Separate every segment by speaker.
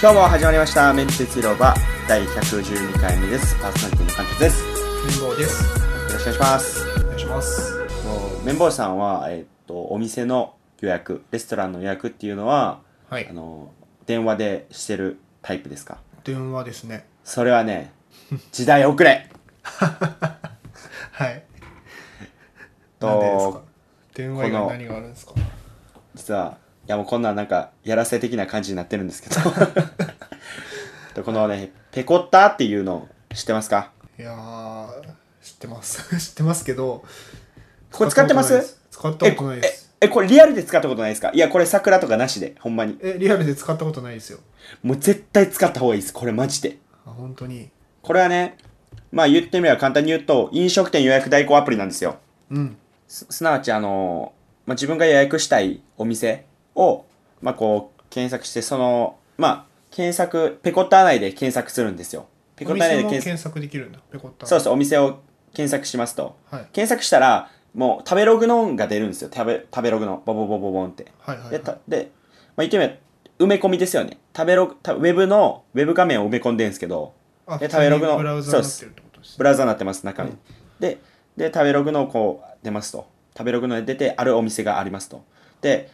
Speaker 1: 今日も始まりました「メンツ広場」第112回目ですパーソナリティの関節ですよ
Speaker 2: 貧乏です。
Speaker 1: ろしくお願いします
Speaker 2: お願いします。
Speaker 1: もう綿棒さんは、えっとお店の予約レストランの予約っていうのは
Speaker 2: は
Speaker 1: あ
Speaker 2: い。
Speaker 1: の電話でしてるタイプですか
Speaker 2: 電話ですね。
Speaker 1: それはね時代遅れ
Speaker 2: はい。
Speaker 1: と
Speaker 2: なんでですか。電話以
Speaker 1: こ
Speaker 2: 外
Speaker 1: の
Speaker 2: 何があるんですか。
Speaker 1: 実はいやもうこんなんなんかやらせ的な感じになってるんですけ どとこのねペコッタっていうの知ってますか
Speaker 2: いやー、知ってます。 知ってますけど。
Speaker 1: これ使ってます
Speaker 2: 使ったことないです。
Speaker 1: えこれリアルで使ったことないですかいやこれ桜とかなしでほんまに
Speaker 2: え、リアルで使ったことないですよ。
Speaker 1: もう絶対使った方がいいですこれマジで
Speaker 2: あ、本当に。
Speaker 1: これはねまあ言ってみれば簡単に言うと飲食店予約代行アプリなんですよ
Speaker 2: うん。
Speaker 1: すすなわちあの、まあ、自分が予約したいお店を、まあ、こう検索してそのまあ検索ペコッター内で検索するんですよペコ
Speaker 2: お
Speaker 1: ッター内
Speaker 2: 店
Speaker 1: で
Speaker 2: も
Speaker 1: 検索
Speaker 2: 検索できるんだ。ペコッタ。
Speaker 1: そうそうお店を検索しますと
Speaker 2: はい。
Speaker 1: 検索したらもう食べログの音が出るんですよ食べ食べログのボボボボボンって
Speaker 2: はいはい、
Speaker 1: で
Speaker 2: は
Speaker 1: たで、まあ、言ってみれば埋め込みですよね食べログたウェブのウェブ画面を埋め込んでるんですけど
Speaker 2: い。
Speaker 1: で食べログの
Speaker 2: ブラウザになってるってことです
Speaker 1: ブ
Speaker 2: ね。
Speaker 1: ラウザになってます中に、
Speaker 2: うん
Speaker 1: でで食べログのこう出ますと食べログの出てあるお店がありますとで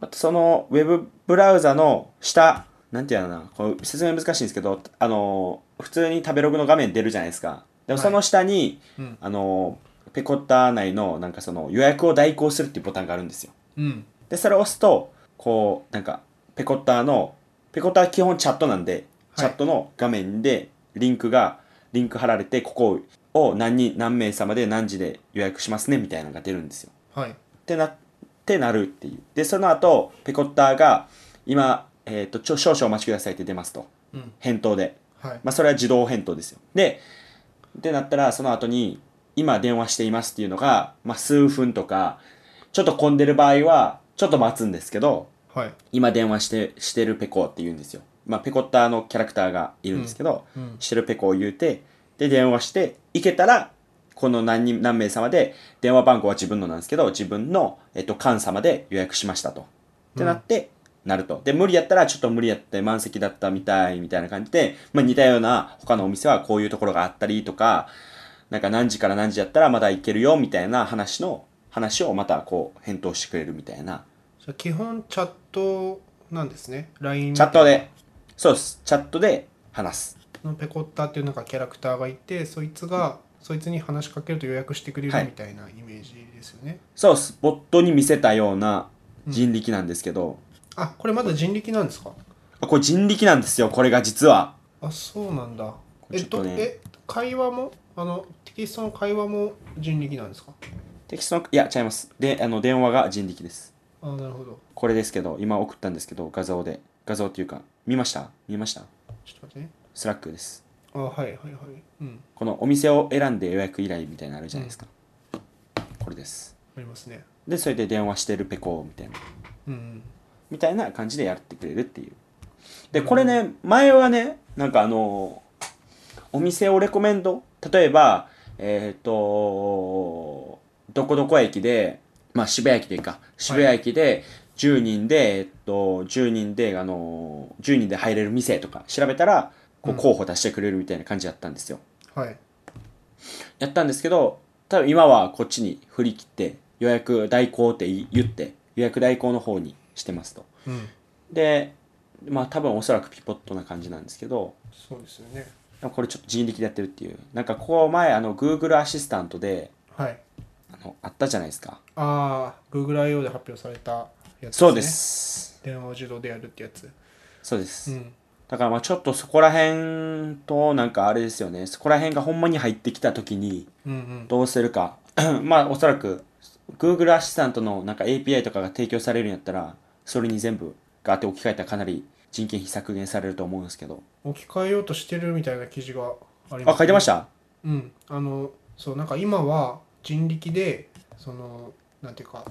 Speaker 1: またそのウェブブラウザの下なんていうのかなこう説明難しいんですけどあのー普通に食べログの画面出るじゃないですかでも
Speaker 2: はい
Speaker 1: その下に、
Speaker 2: うん
Speaker 1: あのーペコッター内のなんかその予約を代行するっていうボタンがあるんですよ
Speaker 2: うん。
Speaker 1: でそれを押すとこうなんかペコッターのペコッターは基本チャットなんで、
Speaker 2: はい
Speaker 1: チャットの画面でリンクがリンク貼られてここを何人何名様で何時で予約しますねみたいなのが出るんですよ
Speaker 2: はい。
Speaker 1: ってなってなるっていうでその後ペコッターが今、えー、とちょ少々お待ちくださいって出ますと
Speaker 2: うん。
Speaker 1: 返答で
Speaker 2: はい。
Speaker 1: まあ、それは自動返答ですよ。で、ってなったら、その後に、今電話していますっていうのが、まあ、数分とか、ちょっと混んでる場合は、ちょっと待つんですけど、
Speaker 2: はい。
Speaker 1: 今電話して、してるペコって言うんですよ。まあ、ペコッターのキャラクターがいるんですけど、
Speaker 2: うん。
Speaker 1: してるペコを言うて、で、電話して、行けたら、この何人、何名様で、電話番号は自分のなんですけど、自分の、えっと、館様で予約しましたと。ってなって、なると。で、無理やったら、ちょっと無理やって満席だったみたい、みたいな感じで、まあ似たような、他のお店はこういうところがあったりとか、なんか何時から何時やったらまだ行けるよ、みたいな話の、話をまたこう、返答してくれるみたいな。
Speaker 2: じゃあ基本チャットなんですね。LINE
Speaker 1: チャットで、そうです。チャットで話す。
Speaker 2: のペコッタっていうなんかキャラクターがいてそいつがそいつに話しかけると予約してくれ
Speaker 1: はい
Speaker 2: るみたいなイメージですよね、
Speaker 1: そうです。ボットに見せたような人力なんですけど、
Speaker 2: あこれまだ人力なんですか
Speaker 1: あこれ人力なんですよ、これが実は。
Speaker 2: あそうなんだ
Speaker 1: これ
Speaker 2: え
Speaker 1: ち
Speaker 2: っ
Speaker 1: ょっと
Speaker 2: と
Speaker 1: ね
Speaker 2: え会話もあのテキストの会話も人力なんですか
Speaker 1: テキストの、いや、違います。で、あの、電話が人力です。
Speaker 2: あなるほど
Speaker 1: これですけど、今送ったんですけど、画像で。画像っていうか、見ました見ました
Speaker 2: ちょっと待ってね
Speaker 1: スラックです。
Speaker 2: あはいはいはいうん
Speaker 1: このお店を選んで予約依頼みたいなのあるじゃないですか。これです。
Speaker 2: ありますね
Speaker 1: で、それで電話してるペコみたいな。
Speaker 2: うんうん
Speaker 1: みたいな感じでやってくれるっていう。で、これね、前はね、なんかあのお店をレコメンド例えば、えっ、と、どこどこ駅で、まあ渋谷駅でいいか、渋谷駅で10人で、えっと、10人で、あの10人で入れる店とか調べたら、こう
Speaker 2: うん
Speaker 1: 候補出してくれるみたいな感じだったんですよ。
Speaker 2: はい
Speaker 1: やったんですけど、多分今はこっちに振り切って、予約代行って言って、予約代行の方にしてますと。
Speaker 2: うん
Speaker 1: でまあ多分おそらくピポットな感じなんですけど
Speaker 2: そうですよね
Speaker 1: これちょっと人力でやってるっていうなんかここ前あの Google アシスタントで
Speaker 2: はい
Speaker 1: あのあったじゃないですか
Speaker 2: ああ GoogleIO で発表されたやつ、ね、
Speaker 1: そうです
Speaker 2: 電話を自動でやるってやつ
Speaker 1: そうです、
Speaker 2: うん
Speaker 1: だからまあちょっとそこら辺となんかあれですよねそこら辺がほんまに入ってきた時に
Speaker 2: うんうん
Speaker 1: どうするか まあおそらく Google アシスタントのなんか API とかが提供されるんやったらそれに全部ガーって置き換えたらかなり人件費削減されると思うんですけど
Speaker 2: 置き換えようとしてるみたいな記事があります、
Speaker 1: あ書いてました
Speaker 2: うんあのそうなんか今は人力でそのなんていうか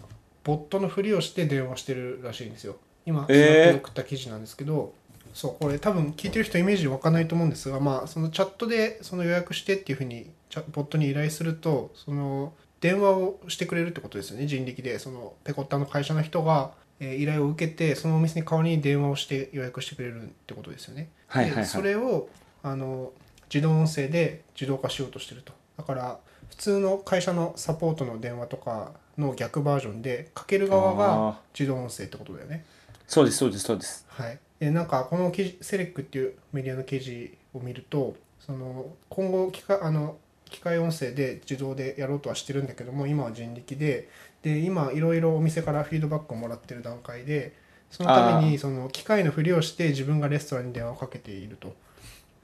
Speaker 2: ボットのふりをして電話してるらしいんですよ今スナ
Speaker 1: えー
Speaker 2: ックで送った記事なんですけど、そうこれ多分聞いてる人イメージ湧かないと思うんですがまあそのチャットでその予約してっていうふうにチャボットに依頼するとその電話をしてくれるってことですよね人力でそのペコッタの会社の人がえー依頼を受けてそのお店に代わりに電話をして予約してくれるってことですよね。
Speaker 1: はいはいは
Speaker 2: で
Speaker 1: い
Speaker 2: それをあの自動音声で自動化しようとしてるとだから普通の会社のサポートの電話とかの逆バージョンでかける側
Speaker 1: あー
Speaker 2: が自動音声ってことだよね。
Speaker 1: そうですそうですそうです
Speaker 2: はい、でなんかこの記事セレックっていうメディアの記事を見るとその今後機械あの機械音声で自動でやろうとはしてるんだけども今は人力でで今いろいろお店からフィードバックをもらってる段階でそのため
Speaker 1: あ
Speaker 2: にその機械のふりをして自分がレストランに電話をかけていると。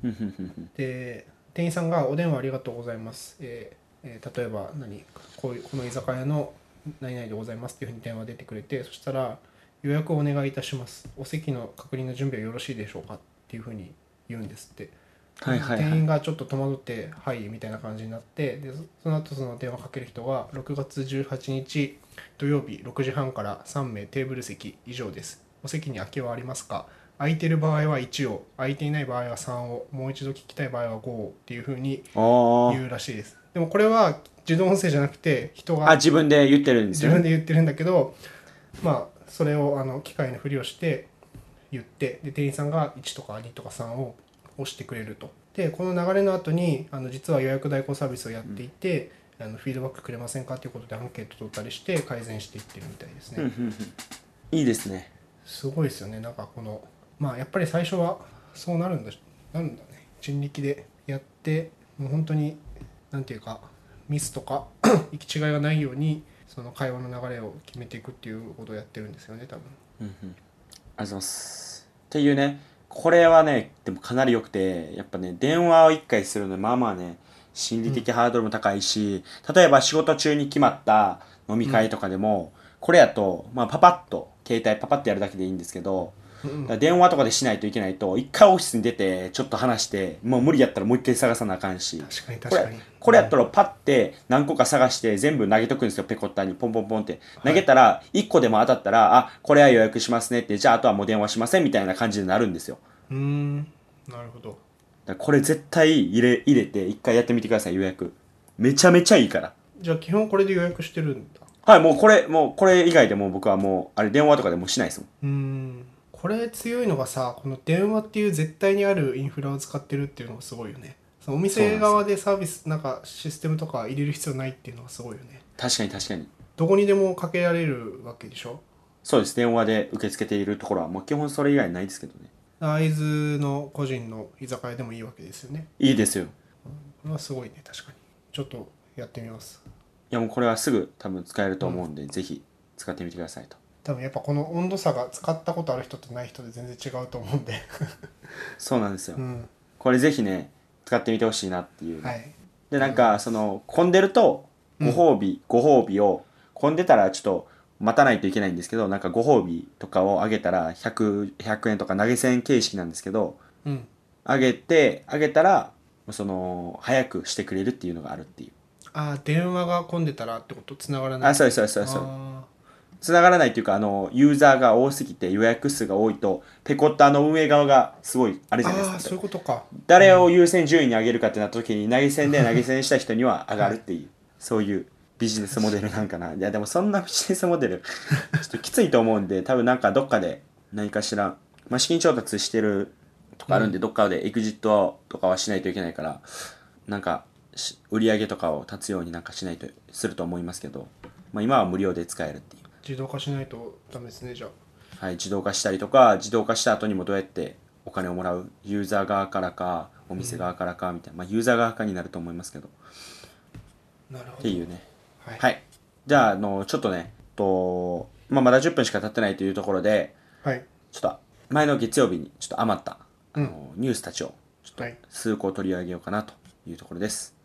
Speaker 1: ふんふんふんふん
Speaker 2: で店員さんが「お電話ありがとうございます」えーえー例えば何こういうこの居酒屋の何々でございますっていうふうに電話出てくれてそしたら「予約をお願いいたしますお席の確認の準備はよろしいでしょうか」っていうふうに言うんですって、
Speaker 1: はいはいは
Speaker 2: 店員
Speaker 1: い
Speaker 2: がちょっと戸惑って「はい」みたいな感じになってでそその後その電話かける人が「6月18日土曜日6時半から3名テーブル席以上ですお席に空きはありますか空いてる場合は1を空いていない場合は3をもう一度聞きたい場合は5をっていうふうに
Speaker 1: おー
Speaker 2: 言うらしいですでもこれは自動音声じゃなくて人
Speaker 1: あ
Speaker 2: が
Speaker 1: 自分で言ってるんです
Speaker 2: 自
Speaker 1: よ
Speaker 2: 分
Speaker 1: ね
Speaker 2: で言ってるんだけどまあそれをあの機械のふりをして言ってで店員さんが1とか2とか3を押してくれるとでこの流れの後にあの実は予約代行サービスをやっていて、あのフィードバックくれませんかということでアンケート取ったりして改善していってるみたいですね、
Speaker 1: ふんふんふんいいですね
Speaker 2: すごいですよねなんかこのまあやっぱり最初はそうなるんだなるんだね人力でやってもう本当になんていうかミスとか 行き違いがないようにその会話の流れを決めていくっていうことをやってるんですよね多分
Speaker 1: うんうんありがとうございますっていうねこれはねでもかなり良くてやっぱね電話を1回するのまあまあね心理的ハードルも高いし、例えば仕事中に決まった飲み会とかでも、これやと、まあ、パパッと携帯パパッとやるだけでいいんですけど、だから電話とかでしないといけないと一回オフィスに出てちょっと話してもう無理やったらもう一回探さなあかんし
Speaker 2: 確かに
Speaker 1: こ
Speaker 2: 確か
Speaker 1: れ
Speaker 2: に
Speaker 1: これやったらパッて何個か探して全部投げとくんですよペコッタにポンポンポンって投げたら1個でも当たったらあこれは予約しますねってじゃああとはもう電話しませんみたいな感じになるんですよ
Speaker 2: うーんなるほど
Speaker 1: だからこれ絶対入れ入れて1回やってみてください予約めちゃめちゃいいから
Speaker 2: じゃあ基本これで予約してるんだ
Speaker 1: はいもうこれもうこれ以外でもう僕はもうあれ電話とかでもうしないですもん
Speaker 2: うーんこれ強いのがさこの電話っていう絶対にあるインフラを使ってるっていうのがすごいよねそのお店側でサービスなんかシステムとか入れる必要ないっていうのがすごいよね
Speaker 1: 確かに確かに
Speaker 2: どこにでもかけられるわけでしょ
Speaker 1: そうです電話で受け付けているところはもう基本それ以外ないですけどね
Speaker 2: 会津の個人の居酒屋でもいいわけですよね
Speaker 1: いいですよい
Speaker 2: これはすごいね確かにちょっとやってみます
Speaker 1: やもうこれはすぐ多分使えると思うんで、ぜひ使ってみてくださいと
Speaker 2: 多分やっぱこの温度差が使ったことある人とない人で全然違うと思う んで
Speaker 1: そうなんですよ、
Speaker 2: うん
Speaker 1: これぜひね使ってみてほしいなっていう、
Speaker 2: はい
Speaker 1: でなんかその混んでるとご褒美、ご褒美を混んでたらちょっと待たないといけないんですけどなんかご褒美とかをあげたら 100, 100円とか投げ銭形式なんですけど
Speaker 2: うん
Speaker 1: あげてあげたらその早くしてくれるっていうのがあるっていう
Speaker 2: ああ電話が混んでたらってこと繋がらない
Speaker 1: あそうですそうですそうですそうです
Speaker 2: あ
Speaker 1: つながらないというかあのユーザーが多すぎて予約数が多いとペコッタの運営側がすごいあれ
Speaker 2: ー
Speaker 1: じゃない
Speaker 2: あー
Speaker 1: です
Speaker 2: そうい
Speaker 1: か
Speaker 2: うことか
Speaker 1: 誰を優先順位に上げるかってなった時に投げ銭で投げ銭した人には上がるっていうそういうビジネスモデルなんかないやでもそんなビジネスモデル ちょっときついと思うんで多分なんかどっかで何かしら、まあ、資金調達してるとかあるんで、どっかでエクジットとかはしないといけないからなんかし売り上げとかを立つようになんかしないとすると思いますけど、まあ、今は無料で使えるっていう。
Speaker 2: 自動化しないとダメですねじゃあ
Speaker 1: はい、自動化したりとか自動化した後にもどうやってお金をもらうユーザー側からかお店側からかみたいな、まあ、ユーザー側かになると思いますけどっ
Speaker 2: なるほ
Speaker 1: て
Speaker 2: ど
Speaker 1: いうね
Speaker 2: はい、
Speaker 1: はいじゃああのちょっとねと、まあ、まだ10分しか経ってないというところで
Speaker 2: はい
Speaker 1: ちょっと前の月曜日にちょっと余ったあ
Speaker 2: うん
Speaker 1: の、ニュースたちを
Speaker 2: はい
Speaker 1: 数個取り上げようかなというところです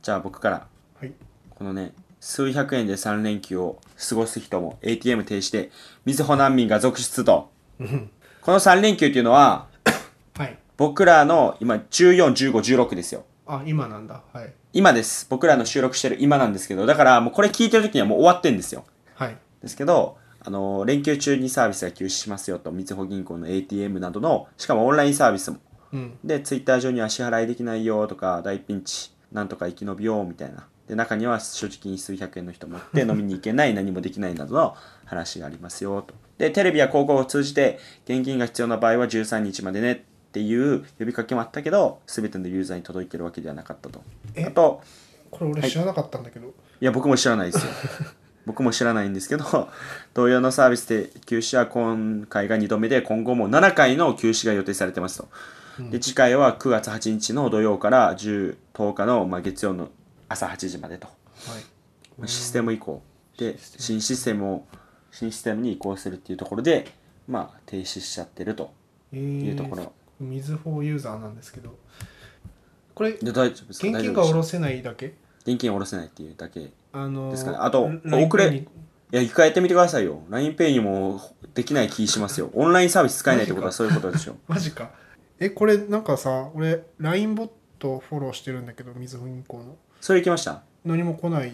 Speaker 1: じゃあ僕から
Speaker 2: はい
Speaker 1: このね数百円で3連休を過ごす人も ATM 停止でみずほ難民が続出と
Speaker 2: うん
Speaker 1: この3連休っていうのは
Speaker 2: はい
Speaker 1: 僕らの今141516ですよ
Speaker 2: あ今なんだはい
Speaker 1: 今です僕らの収録してる今なんですけどだからもうこれ聞いてる時にはもう終わってんですよ
Speaker 2: はい
Speaker 1: ですけどあの連休中にサービスが休止しますよとみずほ銀行の ATM などのしかもオンラインサービスも
Speaker 2: うん
Speaker 1: で Twitter 上には支払いできないよとか大ピンチなんとか生き延びようみたいなで中には所持金数百円の人もって飲みに行けない何もできないなどの話がありますよとで、テレビや広告を通じて、現金が必要な場合は13日までねっていう呼びかけもあったけど、すべてのユーザーに届いてるわけではなかったと。
Speaker 2: え
Speaker 1: あと、
Speaker 2: これ俺知らなかったんだけど、
Speaker 1: いや、僕も知らない ですよ。僕も知らないんですけど、同様のサービスで休止は今回が2度目で、今後も7回の休止が予定されてますと。で、次回は9月8日の土曜から10、10日の、まあ、月曜の朝8時までと。
Speaker 2: はい、
Speaker 1: システム移行で新システムを新システムに移行するっていうところでまあ停止しちゃってると
Speaker 2: え
Speaker 1: い
Speaker 2: ー
Speaker 1: うところ、
Speaker 2: みずほユーザーなんですけどこれ現
Speaker 1: で大丈夫ですか大丈
Speaker 2: 金
Speaker 1: 夫
Speaker 2: が
Speaker 1: で
Speaker 2: 下
Speaker 1: す
Speaker 2: ろせないだけ
Speaker 1: 現金を下ろせないっていうだけい
Speaker 2: あのー
Speaker 1: ですかねあと
Speaker 2: ライン
Speaker 1: 遅れ
Speaker 2: ペイに
Speaker 1: や一回やってみてくださいよ LINEPay にもできない気しますよオンラインサービス使えないってことはそういうことでしょ
Speaker 2: マジかえこれなんかさ俺 LINE ボットフォローしてるんだけどみずほ銀行の
Speaker 1: それ行きました
Speaker 2: 何も来ない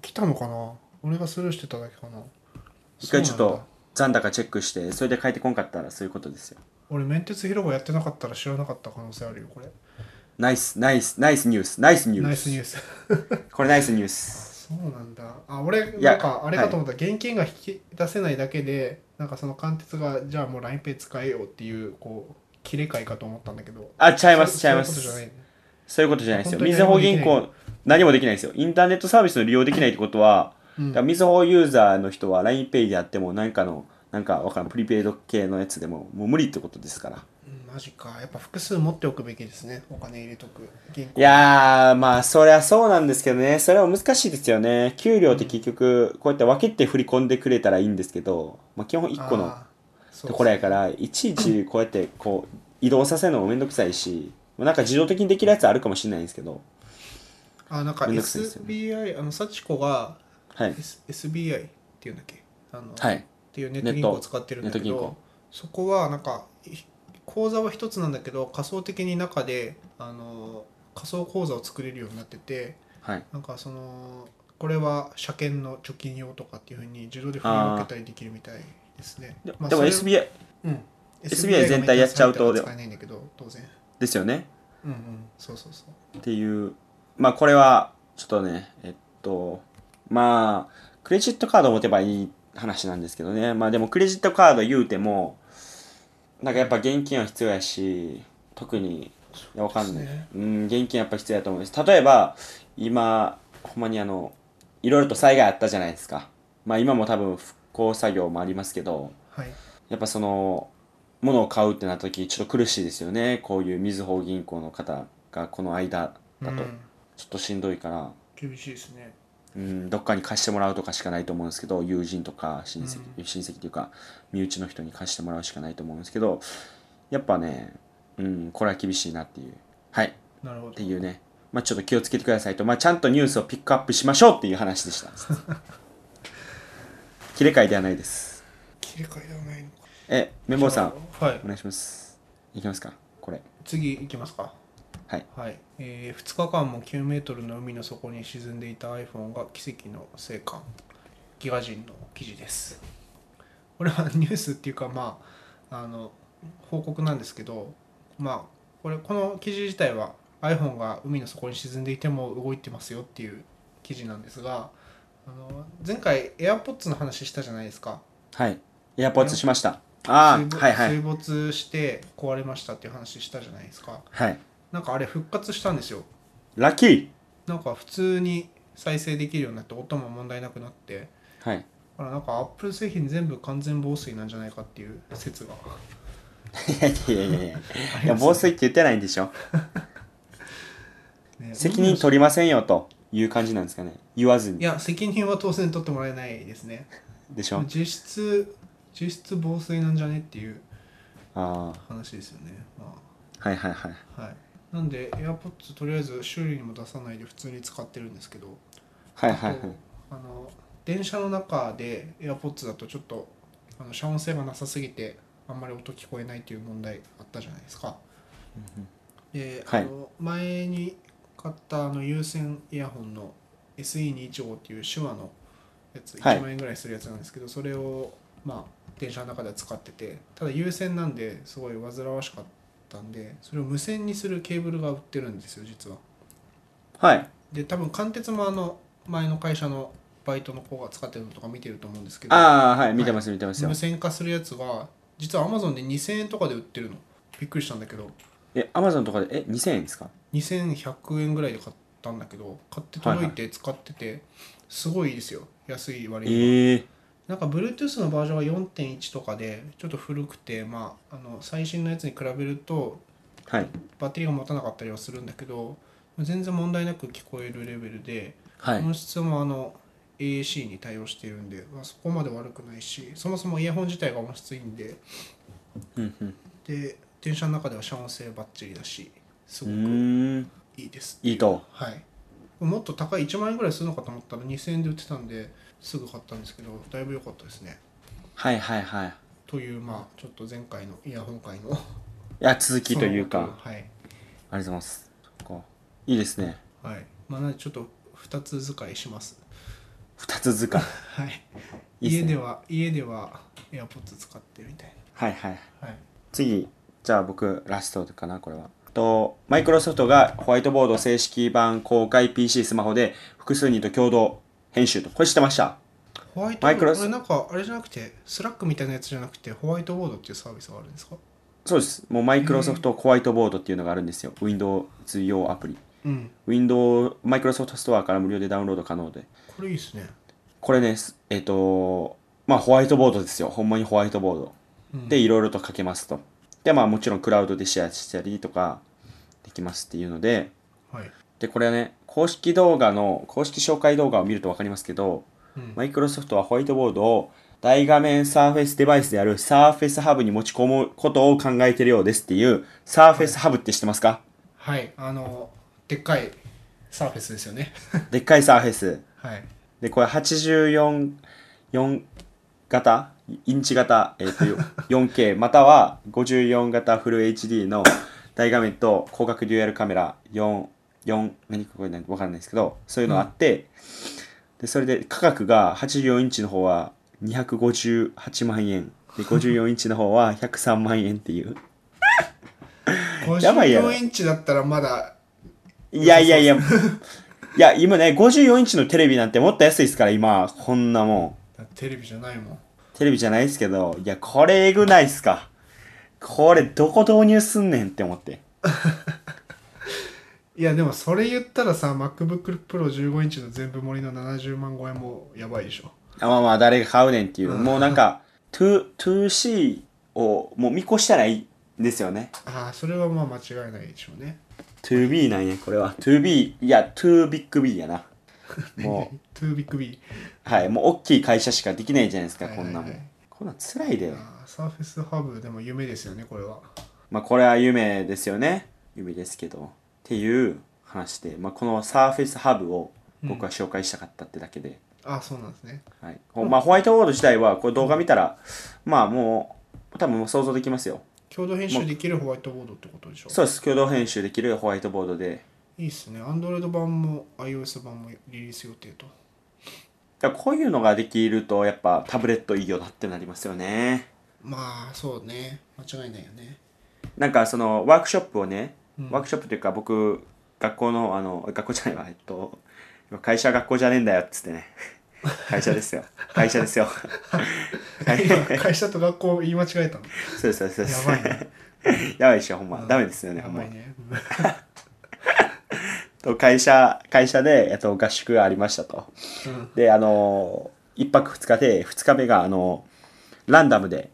Speaker 2: 来たのかな俺がスルーしてただけかな
Speaker 1: 一回ちょっ
Speaker 2: そうな
Speaker 1: と
Speaker 2: んだ
Speaker 1: 残高チェックしてそれで返ってこんかったらそういうことですよ
Speaker 2: 俺メンテツ広場やってなかったら知らなかった可能性あるよこれ
Speaker 1: ナイスナイスナイスニュースナイスニュース
Speaker 2: ナイスニュース
Speaker 1: これナイスニュース
Speaker 2: そうなんだあ俺
Speaker 1: いや
Speaker 2: なんかあれかと思った、現金が引き出せないだけでなんかその貫徹がじゃあもう LINEPay 使えよっていうこう切れ替えかと思ったんだけど
Speaker 1: あ違います
Speaker 2: そ
Speaker 1: 違
Speaker 2: う
Speaker 1: います
Speaker 2: そううことじゃない
Speaker 1: そういうことじゃないですよ。
Speaker 2: 本当
Speaker 1: み
Speaker 2: に
Speaker 1: ず
Speaker 2: 何
Speaker 1: ほ
Speaker 2: もでき
Speaker 1: 銀
Speaker 2: ない
Speaker 1: 行、何もできないですよ。インターネットサービスの利用できないってことは、
Speaker 2: うん
Speaker 1: だからみずほユーザーの人は LINEPay であっても、なんかの、なんかわからん、プリペイド系のやつでも、もう無理ってことですから。
Speaker 2: うんマジかやっぱ複数持っておくべきですねお金入れとく銀
Speaker 1: い
Speaker 2: 行
Speaker 1: やー、まあ、そりゃそうなんですけどね、それは難しいですよね。給料って結局、こうやって分けて振り込んでくれたらいいんですけど、まあ、基本1個の
Speaker 2: あーそう
Speaker 1: ところやから、いちいちこうやって、こう、移動させるのもめんどくさいし、なんか自動的にできるやつあるかもしれないんですけど、
Speaker 2: あなんか
Speaker 1: めんどくさいですよ
Speaker 2: SBI あの幸子が、
Speaker 1: はい。
Speaker 2: S、SBI っていうんだっけあの、
Speaker 1: は
Speaker 2: っ
Speaker 1: い。
Speaker 2: ていうネット銀行を使ってるんだけ
Speaker 1: ネット銀行
Speaker 2: どそこはなんかい口座は一つなんだけど仮想的に中であの仮想口座を作れるようになってて
Speaker 1: はい。
Speaker 2: なんかそのこれは車検の貯金用とかっていうふうに自動で振り分けたりできるみたいですね
Speaker 1: で
Speaker 2: まあ
Speaker 1: でも
Speaker 2: それ
Speaker 1: SBI
Speaker 2: うん
Speaker 1: SBI 全体やっちゃうと
Speaker 2: がメンテナンス入ったら使えないんだけど当然
Speaker 1: ですよね。
Speaker 2: うんうんそうそうそう
Speaker 1: っていうまあこれはちょっとねえっとまあクレジットカードを持てばいい話なんですけどねまあでもクレジットカード言うてもなんかやっぱ現金は必要やし特にいやわかんない、
Speaker 2: そうですね
Speaker 1: うん現金やっぱ必要やと思うんです例えば今ほんまにあのいろいろと災害あったじゃないですかまあ今も多分復興作業もありますけど
Speaker 2: はい
Speaker 1: やっぱその物を買うってなった時ちょっと苦しいですよねこういうみずほ銀行の方がこの間だと
Speaker 2: うん
Speaker 1: ちょっとしんどいから、
Speaker 2: 厳しいですね
Speaker 1: うん、どっかに貸してもらうとかしかないと思うんですけど友人とか親戚、
Speaker 2: う
Speaker 1: 親戚というか身内の人に貸してもらうしかないと思うんですけどやっぱね、うん、これは厳しいなっていうはいっ
Speaker 2: なるほど
Speaker 1: ていうね、まあ、ちょっと気をつけてくださいと、まあ、ちゃんとニュースをピックアップしましょうっていう話でした 切れ替えではないです
Speaker 2: 切り替えではないのか
Speaker 1: え綿棒さん
Speaker 2: はい
Speaker 1: お願いしますいきますかこれ
Speaker 2: 次いきますか
Speaker 1: はい、
Speaker 2: はいえ2日間も9メートルの海の底に沈んでいた iPhone が奇跡の生還ギガ人の記事ですこれはニュースっていうかまああの報告なんですけどまあこれこの記事自体は iPhone が海の底に沈んでいても動いてますよっていう記事なんですがあの前回 AirPods の話したじゃないですか
Speaker 1: はい、エアポーツしましたあ
Speaker 2: 水
Speaker 1: あ
Speaker 2: 没
Speaker 1: はいは
Speaker 2: 水
Speaker 1: い
Speaker 2: 没して壊れましたっていう話したじゃないですか
Speaker 1: はい
Speaker 2: なんかあれ復活したんですよ
Speaker 1: ラッキー
Speaker 2: なんか普通に再生できるようになって音も問題なくなって
Speaker 1: はい
Speaker 2: だからなんかアップル製品全部完全防水なんじゃないかっていう説が
Speaker 1: いやいやいやいやいや防水って言ってないんでしょ
Speaker 2: ね
Speaker 1: 責任取りませんよという感じなんですかね言わず
Speaker 2: い
Speaker 1: に
Speaker 2: や責任は当然取ってもらえないですね
Speaker 1: でしょ
Speaker 2: 実質実質防水なんじゃねっていう
Speaker 1: ああ
Speaker 2: 話ですよねま
Speaker 1: はいはいはい
Speaker 2: あはいなんで AirPods とりあえず修理にも出さないで普通に使ってるんですけど
Speaker 1: はいはいはい
Speaker 2: あの電車の中で AirPods だとちょっとあの遮音性がなさすぎてあんまり音聞こえないという問題あったじゃないですか。で、
Speaker 1: はい
Speaker 2: あの前に買ったあの有線イヤホンの SE215 っていう手話のやつ
Speaker 1: はい
Speaker 2: 1万円ぐらいするやつなんですけど、それをまあ電車の中では使っててただ有線なんですごい煩わしかったんでそれを無線にするケーブルが売ってるんですよ実は。
Speaker 1: はい
Speaker 2: で多分貫徹もあの前の会社のバイトの子が使ってるのとか見てると思うんですけど
Speaker 1: ああ、はい、見てます、見てますよ
Speaker 2: 無。線化するやつが実は Amazon で2000円とかで売ってるのびっくりしたんだけど
Speaker 1: え、アマゾンとかで、え、2000円ですか
Speaker 2: 2100円ぐらいで買ったんだけど買って届いて使っててすごいいいですよ安い割に
Speaker 1: ええ
Speaker 2: なんか Bluetooth のバージョンが4.1とかでちょっと古くてまああの最新のやつに比べると
Speaker 1: はい。
Speaker 2: バッテリーが持たなかったりはするんだけど全然問題なく聞こえるレベルで
Speaker 1: はい。
Speaker 2: 音質もあの AAC に対応しているんで、まあ、そこまで悪くないしそもそもイヤホン自体が音質いいんで
Speaker 1: うんうん。
Speaker 2: で電車の中では遮音性バッチリだしす
Speaker 1: う
Speaker 2: ごく
Speaker 1: ーん。
Speaker 2: いいです
Speaker 1: いいと。
Speaker 2: はいもっと高い1万円ぐらいするのかと思ったら2000円で売ってたんですぐ買ったんですけどだいぶ良かったですね
Speaker 1: はいはいはい。い
Speaker 2: というまあちょっと前回のイヤホン会 の
Speaker 1: や、続きというか、
Speaker 2: は
Speaker 1: あ
Speaker 2: い
Speaker 1: りがとうございます。そっかいいですね。
Speaker 2: はいまあなんでちょっと2つ使いします
Speaker 1: 二つ図鑑。
Speaker 2: はい
Speaker 1: いいっすね
Speaker 2: 家では家では AirPods 使ってみたい
Speaker 1: はいはい。
Speaker 2: なはい
Speaker 1: 次じゃあ僕ラストかなこれはとマイクロソフトがホワイトボード正式版公開 PC スマホで複数人と共同編集とこれ知ってました
Speaker 2: ホワイトボ
Speaker 1: マイク
Speaker 2: ー
Speaker 1: ロ
Speaker 2: ド
Speaker 1: ス
Speaker 2: これなんかあれじゃなくてスラックみたいなやつじゃなくてホワイトボードっていうサービスがあるんですか
Speaker 1: そうですもうマイクロソフトホワイトボードっていうのがあるんですよ Windows 用アプリ
Speaker 2: うん
Speaker 1: Windows マイクロソフトストアから無料でダウンロード可能で
Speaker 2: これいいですね
Speaker 1: これねすえっ、とまあホワイトボードですよほんまにホワイトボード
Speaker 2: うん
Speaker 1: でいろいろと書けますとでまあもちろんクラウドでシェアしたりとかできますっていうので
Speaker 2: はい
Speaker 1: でこれはね公式動画の公式紹介動画を見ると分かりますけど
Speaker 2: うん
Speaker 1: マイクロソフトはホワイトボードを大画面サーフェイスデバイスであるサーフェイスハブに持ち込むことを考えているようですっていうサーフェイスハブって知ってますか、
Speaker 2: はいあのでっかいサーフェスですよね
Speaker 1: でっかいサーフェイス
Speaker 2: はい
Speaker 1: でこれ84 4型インチ型、えー、とよ 4K または54型フル HD の大画面と広角デュアルカメラ4 4何かこれ何か分かんないですけどそういうのあって、でそれで価格が84インチの方は258万円で54インチの方は103万円っていうやばいやろ
Speaker 2: 54インチだったらまだ
Speaker 1: いやいやいやいや今ね54インチのテレビなんてもっと安いですから今こんなもん
Speaker 2: テレビじゃないもん
Speaker 1: テレビじゃないですけど、いや、これえぐないっすか。これどこ導入すんねんって思って。
Speaker 2: いやでもそれ言ったらさ MacBookPro15 インチの全部盛りの70万超えもやばいでしょ
Speaker 1: あまあまあ、誰が買うねんっていう。もうなんか、2- 2C をもう見越してないんですよね。
Speaker 2: ああそれはまあ間違いないでしょうね
Speaker 1: 2B なんや、これは。2B、いや、2BigB や な。もう、
Speaker 2: 2ビッグ B
Speaker 1: はい、もう大きい会社しかできないじゃないですか、
Speaker 2: はい
Speaker 1: こ
Speaker 2: はいは
Speaker 1: ん
Speaker 2: い
Speaker 1: なもん。こんなん辛いで。
Speaker 2: ああサーフェスハブでも夢ですよねこれは
Speaker 1: まあ、これは夢ですよね。夢ですけど。っていう話で、まあ、この Surface Hub を僕は紹介したかったってだけで。
Speaker 2: ああそうなんですね
Speaker 1: はいほまあ、ホワイトボード自体はこれ動画見たら、まあもう多分もう想像できますよ
Speaker 2: 共同編集できるホワイトボードってことでしょ
Speaker 1: そうです共同編集できるホワイトボードで
Speaker 2: いいっすね Android 版も iOS 版もリリース予定と
Speaker 1: だからこういうのができるとやっぱタブレットいいよなってなりますよね
Speaker 2: まあそうね間違いないよね
Speaker 1: なんかそのワークショップをね、
Speaker 2: うん
Speaker 1: ワークショップというか僕学校のあの学校じゃないわえっと今会社は学校じゃねえんだよっつってね 会社ですよ会社ですよ はい
Speaker 2: 今会社と学校を言い間違えたの
Speaker 1: そうですそうですそうです
Speaker 2: やばいね
Speaker 1: やばいでしょほんま、
Speaker 2: う ん
Speaker 1: ダメですよね
Speaker 2: や
Speaker 1: ほんま
Speaker 2: ばいね
Speaker 1: と会社会社で、えっと、合宿がありましたと
Speaker 2: うん
Speaker 1: であの1泊2日で2日目があのランダムで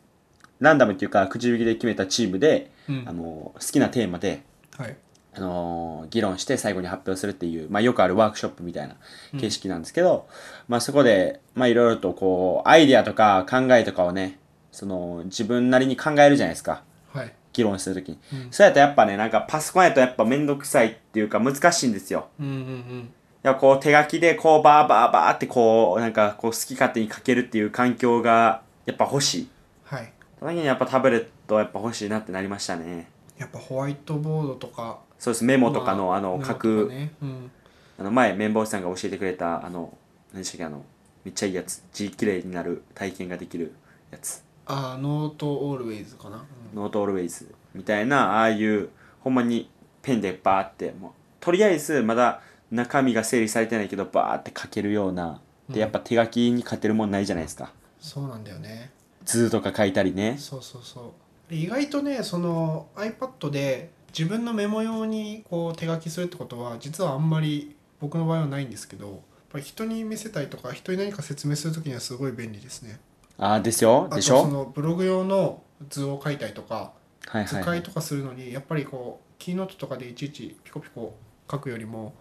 Speaker 1: ランダムっていうかくじ引きで決めたチームで、
Speaker 2: うん
Speaker 1: あの好きなテーマで
Speaker 2: はい
Speaker 1: あの議論して最後に発表するっていう、まあ、よくあるワークショップみたいな形式なんですけど、まあ、そこでまあいろいろとこうアイデアとか考えとかをねその自分なりに考えるじゃないですか
Speaker 2: はい
Speaker 1: 議論するときに、
Speaker 2: うん
Speaker 1: そうやとやっぱねなんかパソコンやとやっぱ面倒くさいっていうか難しいんですよ
Speaker 2: うんうん
Speaker 1: いやこう手書きでこうバーバーバーってこうなんかこう好き勝手に書けるっていう環境がやっぱ欲しい。
Speaker 2: はい
Speaker 1: その時にやっぱタブレットはやっぱ欲しいなってなりましたね。
Speaker 2: やっぱホワイトボードとか
Speaker 1: そうですメモとかの、
Speaker 2: ま
Speaker 1: あの
Speaker 2: メモ
Speaker 1: 書
Speaker 2: とか
Speaker 1: く、
Speaker 2: ねうん
Speaker 1: あの前綿棒さんが教えてくれたあの何でしたっけあのめっちゃいいやつ字綺麗になる体験ができるやつ
Speaker 2: ああノートオールウェイズかな、うん
Speaker 1: ノートオルウェイズみたいなああいうほんまにペンでバーってもうとりあえずまだ中身が整理されてないけどバーって書けるようなでやっぱ手書きに勝てるもんないじゃないですか
Speaker 2: そうなんだよね
Speaker 1: 図とか書いたりね
Speaker 2: そうそうそうで意外とねその iPad で自分のメモ用にこう手書きするってことは実はあんまり僕の場合はないんですけどやっぱり人に見せたりとか人に何か説明する時にはすごい便利ですね
Speaker 1: ああですよ
Speaker 2: あ
Speaker 1: で
Speaker 2: と
Speaker 1: し
Speaker 2: そ
Speaker 1: ょ
Speaker 2: のブログ用の図を書いたりとか
Speaker 1: はい
Speaker 2: 図
Speaker 1: はいは
Speaker 2: 解
Speaker 1: い
Speaker 2: とかするのにやっぱりこうキーノートとかでいちいちピコピコ書くよりも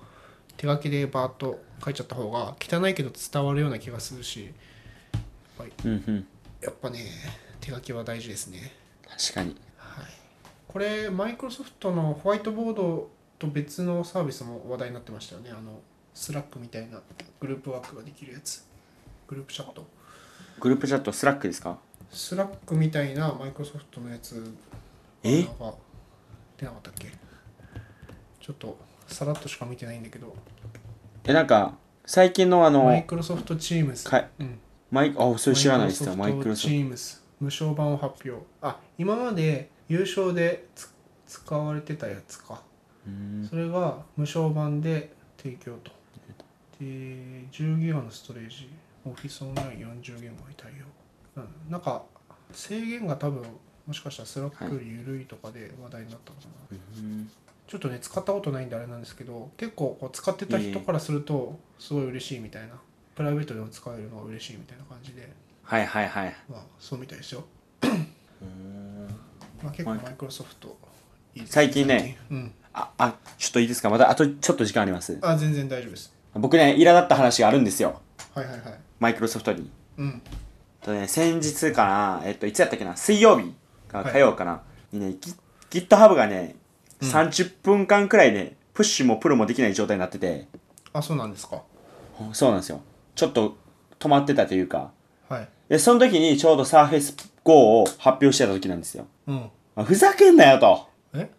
Speaker 2: 手書きでバーッと書いちゃった方が汚いけど伝わるような気がするし
Speaker 1: うんうん
Speaker 2: やっぱね手書きは大事ですね
Speaker 1: 確かに
Speaker 2: はい、これマイクロソフトのホワイトボードと別のサービスも話題になってましたよねあのスラックみたいなグループワークができるやつグループチャット
Speaker 1: グループチャットスラックですか
Speaker 2: スラックみたいなマイクロソフトのやつ
Speaker 1: え
Speaker 2: なんか出なかったっけちょっとさらっとしか見てないんだけど
Speaker 1: えなんか最近のあ
Speaker 2: マイ
Speaker 1: の
Speaker 2: クロソフトチームズ
Speaker 1: か
Speaker 2: うん
Speaker 1: マイあそれ知らないですよマイクロソフト
Speaker 2: Teams 無償版を発表あ今まで優勝でつ使われてたやつか
Speaker 1: うん
Speaker 2: それが無償版で提供とで10ギガのストレージオフィスオンライン40言語に対応うんなんか制限が多分もしかしたらスラックより緩いとかで話題になったのかな、
Speaker 1: うん
Speaker 2: ちょっとね使ったことないんであれなんですけど結構こう使ってた人からするとすごい嬉しいみたいな、プライベートでも使えるのが嬉しいみたいな感じで
Speaker 1: はいはいはい
Speaker 2: まあそうみたいですよ、
Speaker 1: うん
Speaker 2: まあ、結構マイクロソフトいいです
Speaker 1: 最近ね
Speaker 2: 最近うん
Speaker 1: ああちょっといいですかまたあとちょっと時間あります
Speaker 2: あ全然大丈夫です
Speaker 1: 僕ね苛立った話があるんですよ
Speaker 2: はいはいはい
Speaker 1: マイクロソフトに
Speaker 2: うん
Speaker 1: とね、先日かな、えっと、いつやったっけな、水曜日か
Speaker 2: はい
Speaker 1: 火曜かな、にね、ギ GitHub がね、
Speaker 2: うん
Speaker 1: 30分間くらいね、プッシュもプルもできない状態になってて、
Speaker 2: あそうなんですか
Speaker 1: そうなんですよ。ちょっと止まってたというか、
Speaker 2: はい
Speaker 1: で、その時にちょうど Surface Go を発表してた時なんですよ。
Speaker 2: うん
Speaker 1: あふざけんなよと。
Speaker 2: え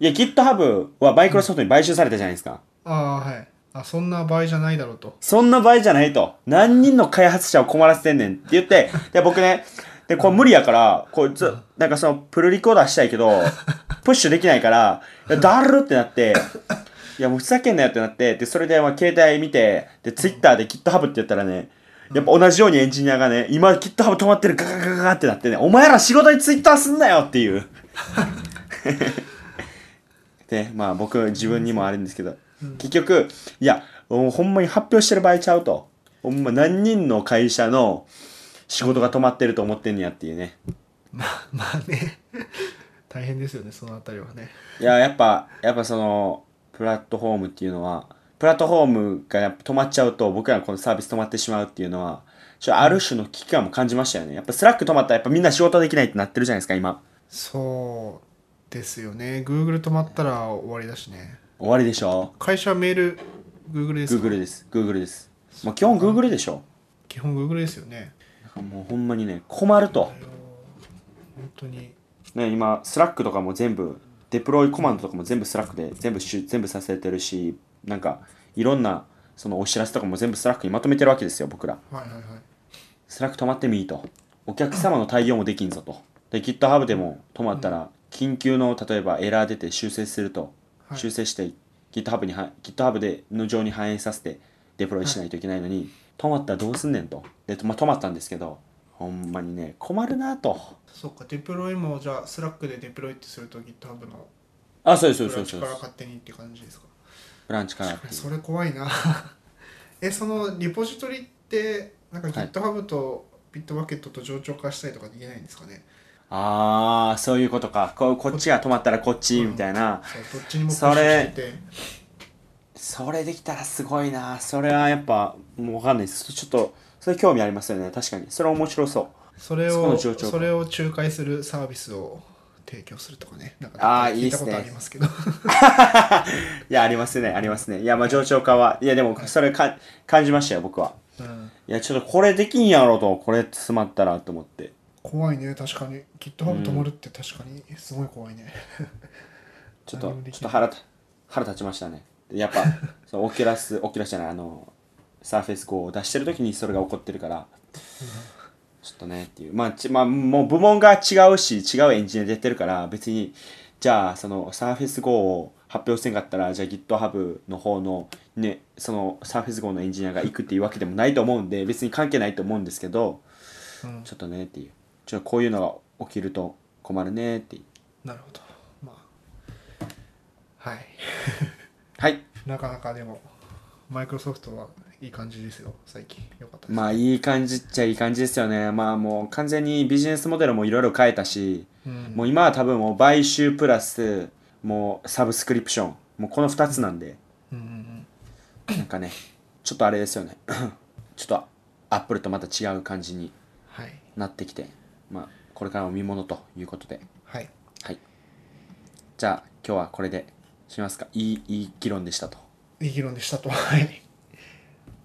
Speaker 1: いや、GitHub は Microsoft に買収されたじゃないですか。
Speaker 2: ああはいあそんな場合じゃないだろう と
Speaker 1: そんな場合じゃないと。何人の開発者を困らせてんねんって言って、で、僕ね、で、これ無理やから、こう、ず、なんかその、プルリコーダーしたいけど、プッシュできないから、いやだるってなって、いや、もうふざけんなよってなって、で、それで、まあ、携帯見て、で、Twitter で GitHub って言ったらね、やっぱ同じようにエンジニアがね、今 GitHub 止まってるガガガガガってなってね、お前ら仕事に Twitter すんなよっていう。で、まあ僕、自分にもあるんですけど、結局、いや、もうほんまに発表してる場合ちゃうと。ほんま何人の会社の仕事が止まってると思ってんねやっていうね。
Speaker 2: まあまあね 大変ですよねそのあたりはね
Speaker 1: いや、やっぱ、やっぱその、プラットフォームっていうのは、プラットフォームがやっぱ止まっちゃうと、僕らのこのサービス止まってしまうっていうのは、ちょある種の危機感も感じましたよね。やっぱスラック止まったらやっぱみんな仕事できないってなってるじゃないですか、今。
Speaker 2: そうですよね Google 止まったら終わりだしね
Speaker 1: 終わりでしょ
Speaker 2: 会社メール Google ですか
Speaker 1: ?Google です。Google です。もう基本 Google でしょ。
Speaker 2: 基本 Google ですよね
Speaker 1: だからもうほんまにね、困ると。
Speaker 2: 本当に
Speaker 1: ね、今、スラックとかも全部、デプロイコマンドとかも全部スラックで、全部しゅ、全部させてるし、なんか、いろんな、そのお知らせとかも全部スラックにまとめてるわけですよ、僕ら。
Speaker 2: はいはいはい
Speaker 1: スラック止まってもいいと。お客様の対応もできんぞと。で、GitHub でも止まったら、緊急の、例えばエラー出て修正すると、
Speaker 2: はい
Speaker 1: 修正して GitHub には、GitHub で、の上に反映させて、デプロイしないといけないのに、止まったらどうすんねんと。で、まあ、止まったんですけど、ほんまにね、困るなと。
Speaker 2: そっかデプロイもじゃあ Slack でデプロイってすると GitHub の
Speaker 1: あ、そうです、そう
Speaker 2: ブ
Speaker 1: です、そうですそう
Speaker 2: ランチ
Speaker 1: で
Speaker 2: から
Speaker 1: す。
Speaker 2: 勝手にって感じですか
Speaker 1: ブランチからっていう。
Speaker 2: それ怖いな えそのリポジトリってなんか
Speaker 1: はい
Speaker 2: GitHub と Bitbucket と冗長化したりとかできないんです かね、
Speaker 1: ああそういうことかここっちが止まったらこっちみたいな、
Speaker 2: そうどっちにも
Speaker 1: それ
Speaker 2: プッシュしてて
Speaker 1: それできたらすごいなそれはやっぱもうわかんないですちょっとそれ興味ありますよね確かにそれ面白そう
Speaker 2: それ
Speaker 1: そこの
Speaker 2: を
Speaker 1: 冗長化
Speaker 2: それを仲介するサービスを提供するとかねなん
Speaker 1: あ
Speaker 2: か
Speaker 1: ー
Speaker 2: 聞いたこ
Speaker 1: い
Speaker 2: と
Speaker 1: いっすね
Speaker 2: ありますけど
Speaker 1: いやありますねありますねいやまあ上長化はいやでもそれか感じましたよ僕は
Speaker 2: うん
Speaker 1: いやちょっとこれできんやろとこれ詰まったらと思って
Speaker 2: 怖いね確かに GitHub 止まるって確かにすごい怖いね
Speaker 1: ちょっと
Speaker 2: 何もで
Speaker 1: ちょ
Speaker 2: き
Speaker 1: っと
Speaker 2: ない
Speaker 1: 腹た腹立ちましたねでやっぱ そのオキュラスオキュラスじゃないあのサーフェイス GO を出してる時にそれが起こってるからちょっとねっていう。まあ、ちまあ、もう部門が違うし、違うエンジニアでやってるから、別に、じゃあ、その、Surface Go を発表せんかったら、じゃあ GitHub の方の、ね、その Surface Go のエンジニアが行くっていうわけでもないと思うんで、別に関係ないと思うんですけど、
Speaker 2: うん
Speaker 1: ちょっとねっていう。ちょっとこういうのが起きると困るねっていう。
Speaker 2: なるほどまあはい
Speaker 1: はい。
Speaker 2: なかなかでもマイクロソフトはいい感じですよ最近よかったです、
Speaker 1: まあ、いい感じっちゃいい感じですよね。まあ、もう完全にビジネスモデルもいろいろ変えたし、
Speaker 2: うん、
Speaker 1: もう今は多分もう買収プラス、もうサブスクリプション。もうこの2つなんで、
Speaker 2: うんうんうん
Speaker 1: なんかね、ちょっとあれですよね。 ちょっとアップルとまた違う感じに
Speaker 2: はい
Speaker 1: なってきて、まあ、これからも見ものということで。
Speaker 2: はい
Speaker 1: はい。じゃあ、今日はこれでしますか。いい、いい議論でしたと。
Speaker 2: いい議論でしたとはい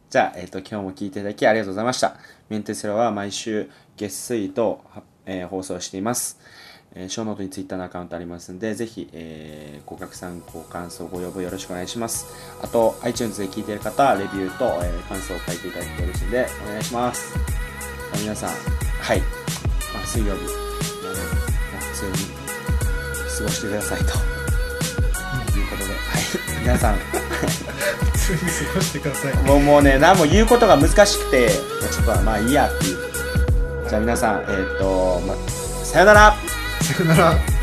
Speaker 1: じゃあ、えっ、と、今日も聞いていただきありがとうございました。メンテセラは毎週月水と、はえー放送しています。えー、ショーノートにツイッターのアカウントありますので、ぜひ、えーご拡散、ご感想、ご要望よろしくお願いします。あと、iTunes で聞いている方、レビューと、えー感想を書いていただくとよろしいので、お願いします。あ皆さん、はい。まあ、水曜日、もうねもう普通に過ごしてくださいと。いうことで、はい。皆さん、
Speaker 2: 普通に過ごしてください
Speaker 1: もうもうね何も言うことが難しくてちょっとまあいいやっていうじゃあ皆さんえーっ、と、ま、さよなら
Speaker 2: さよなら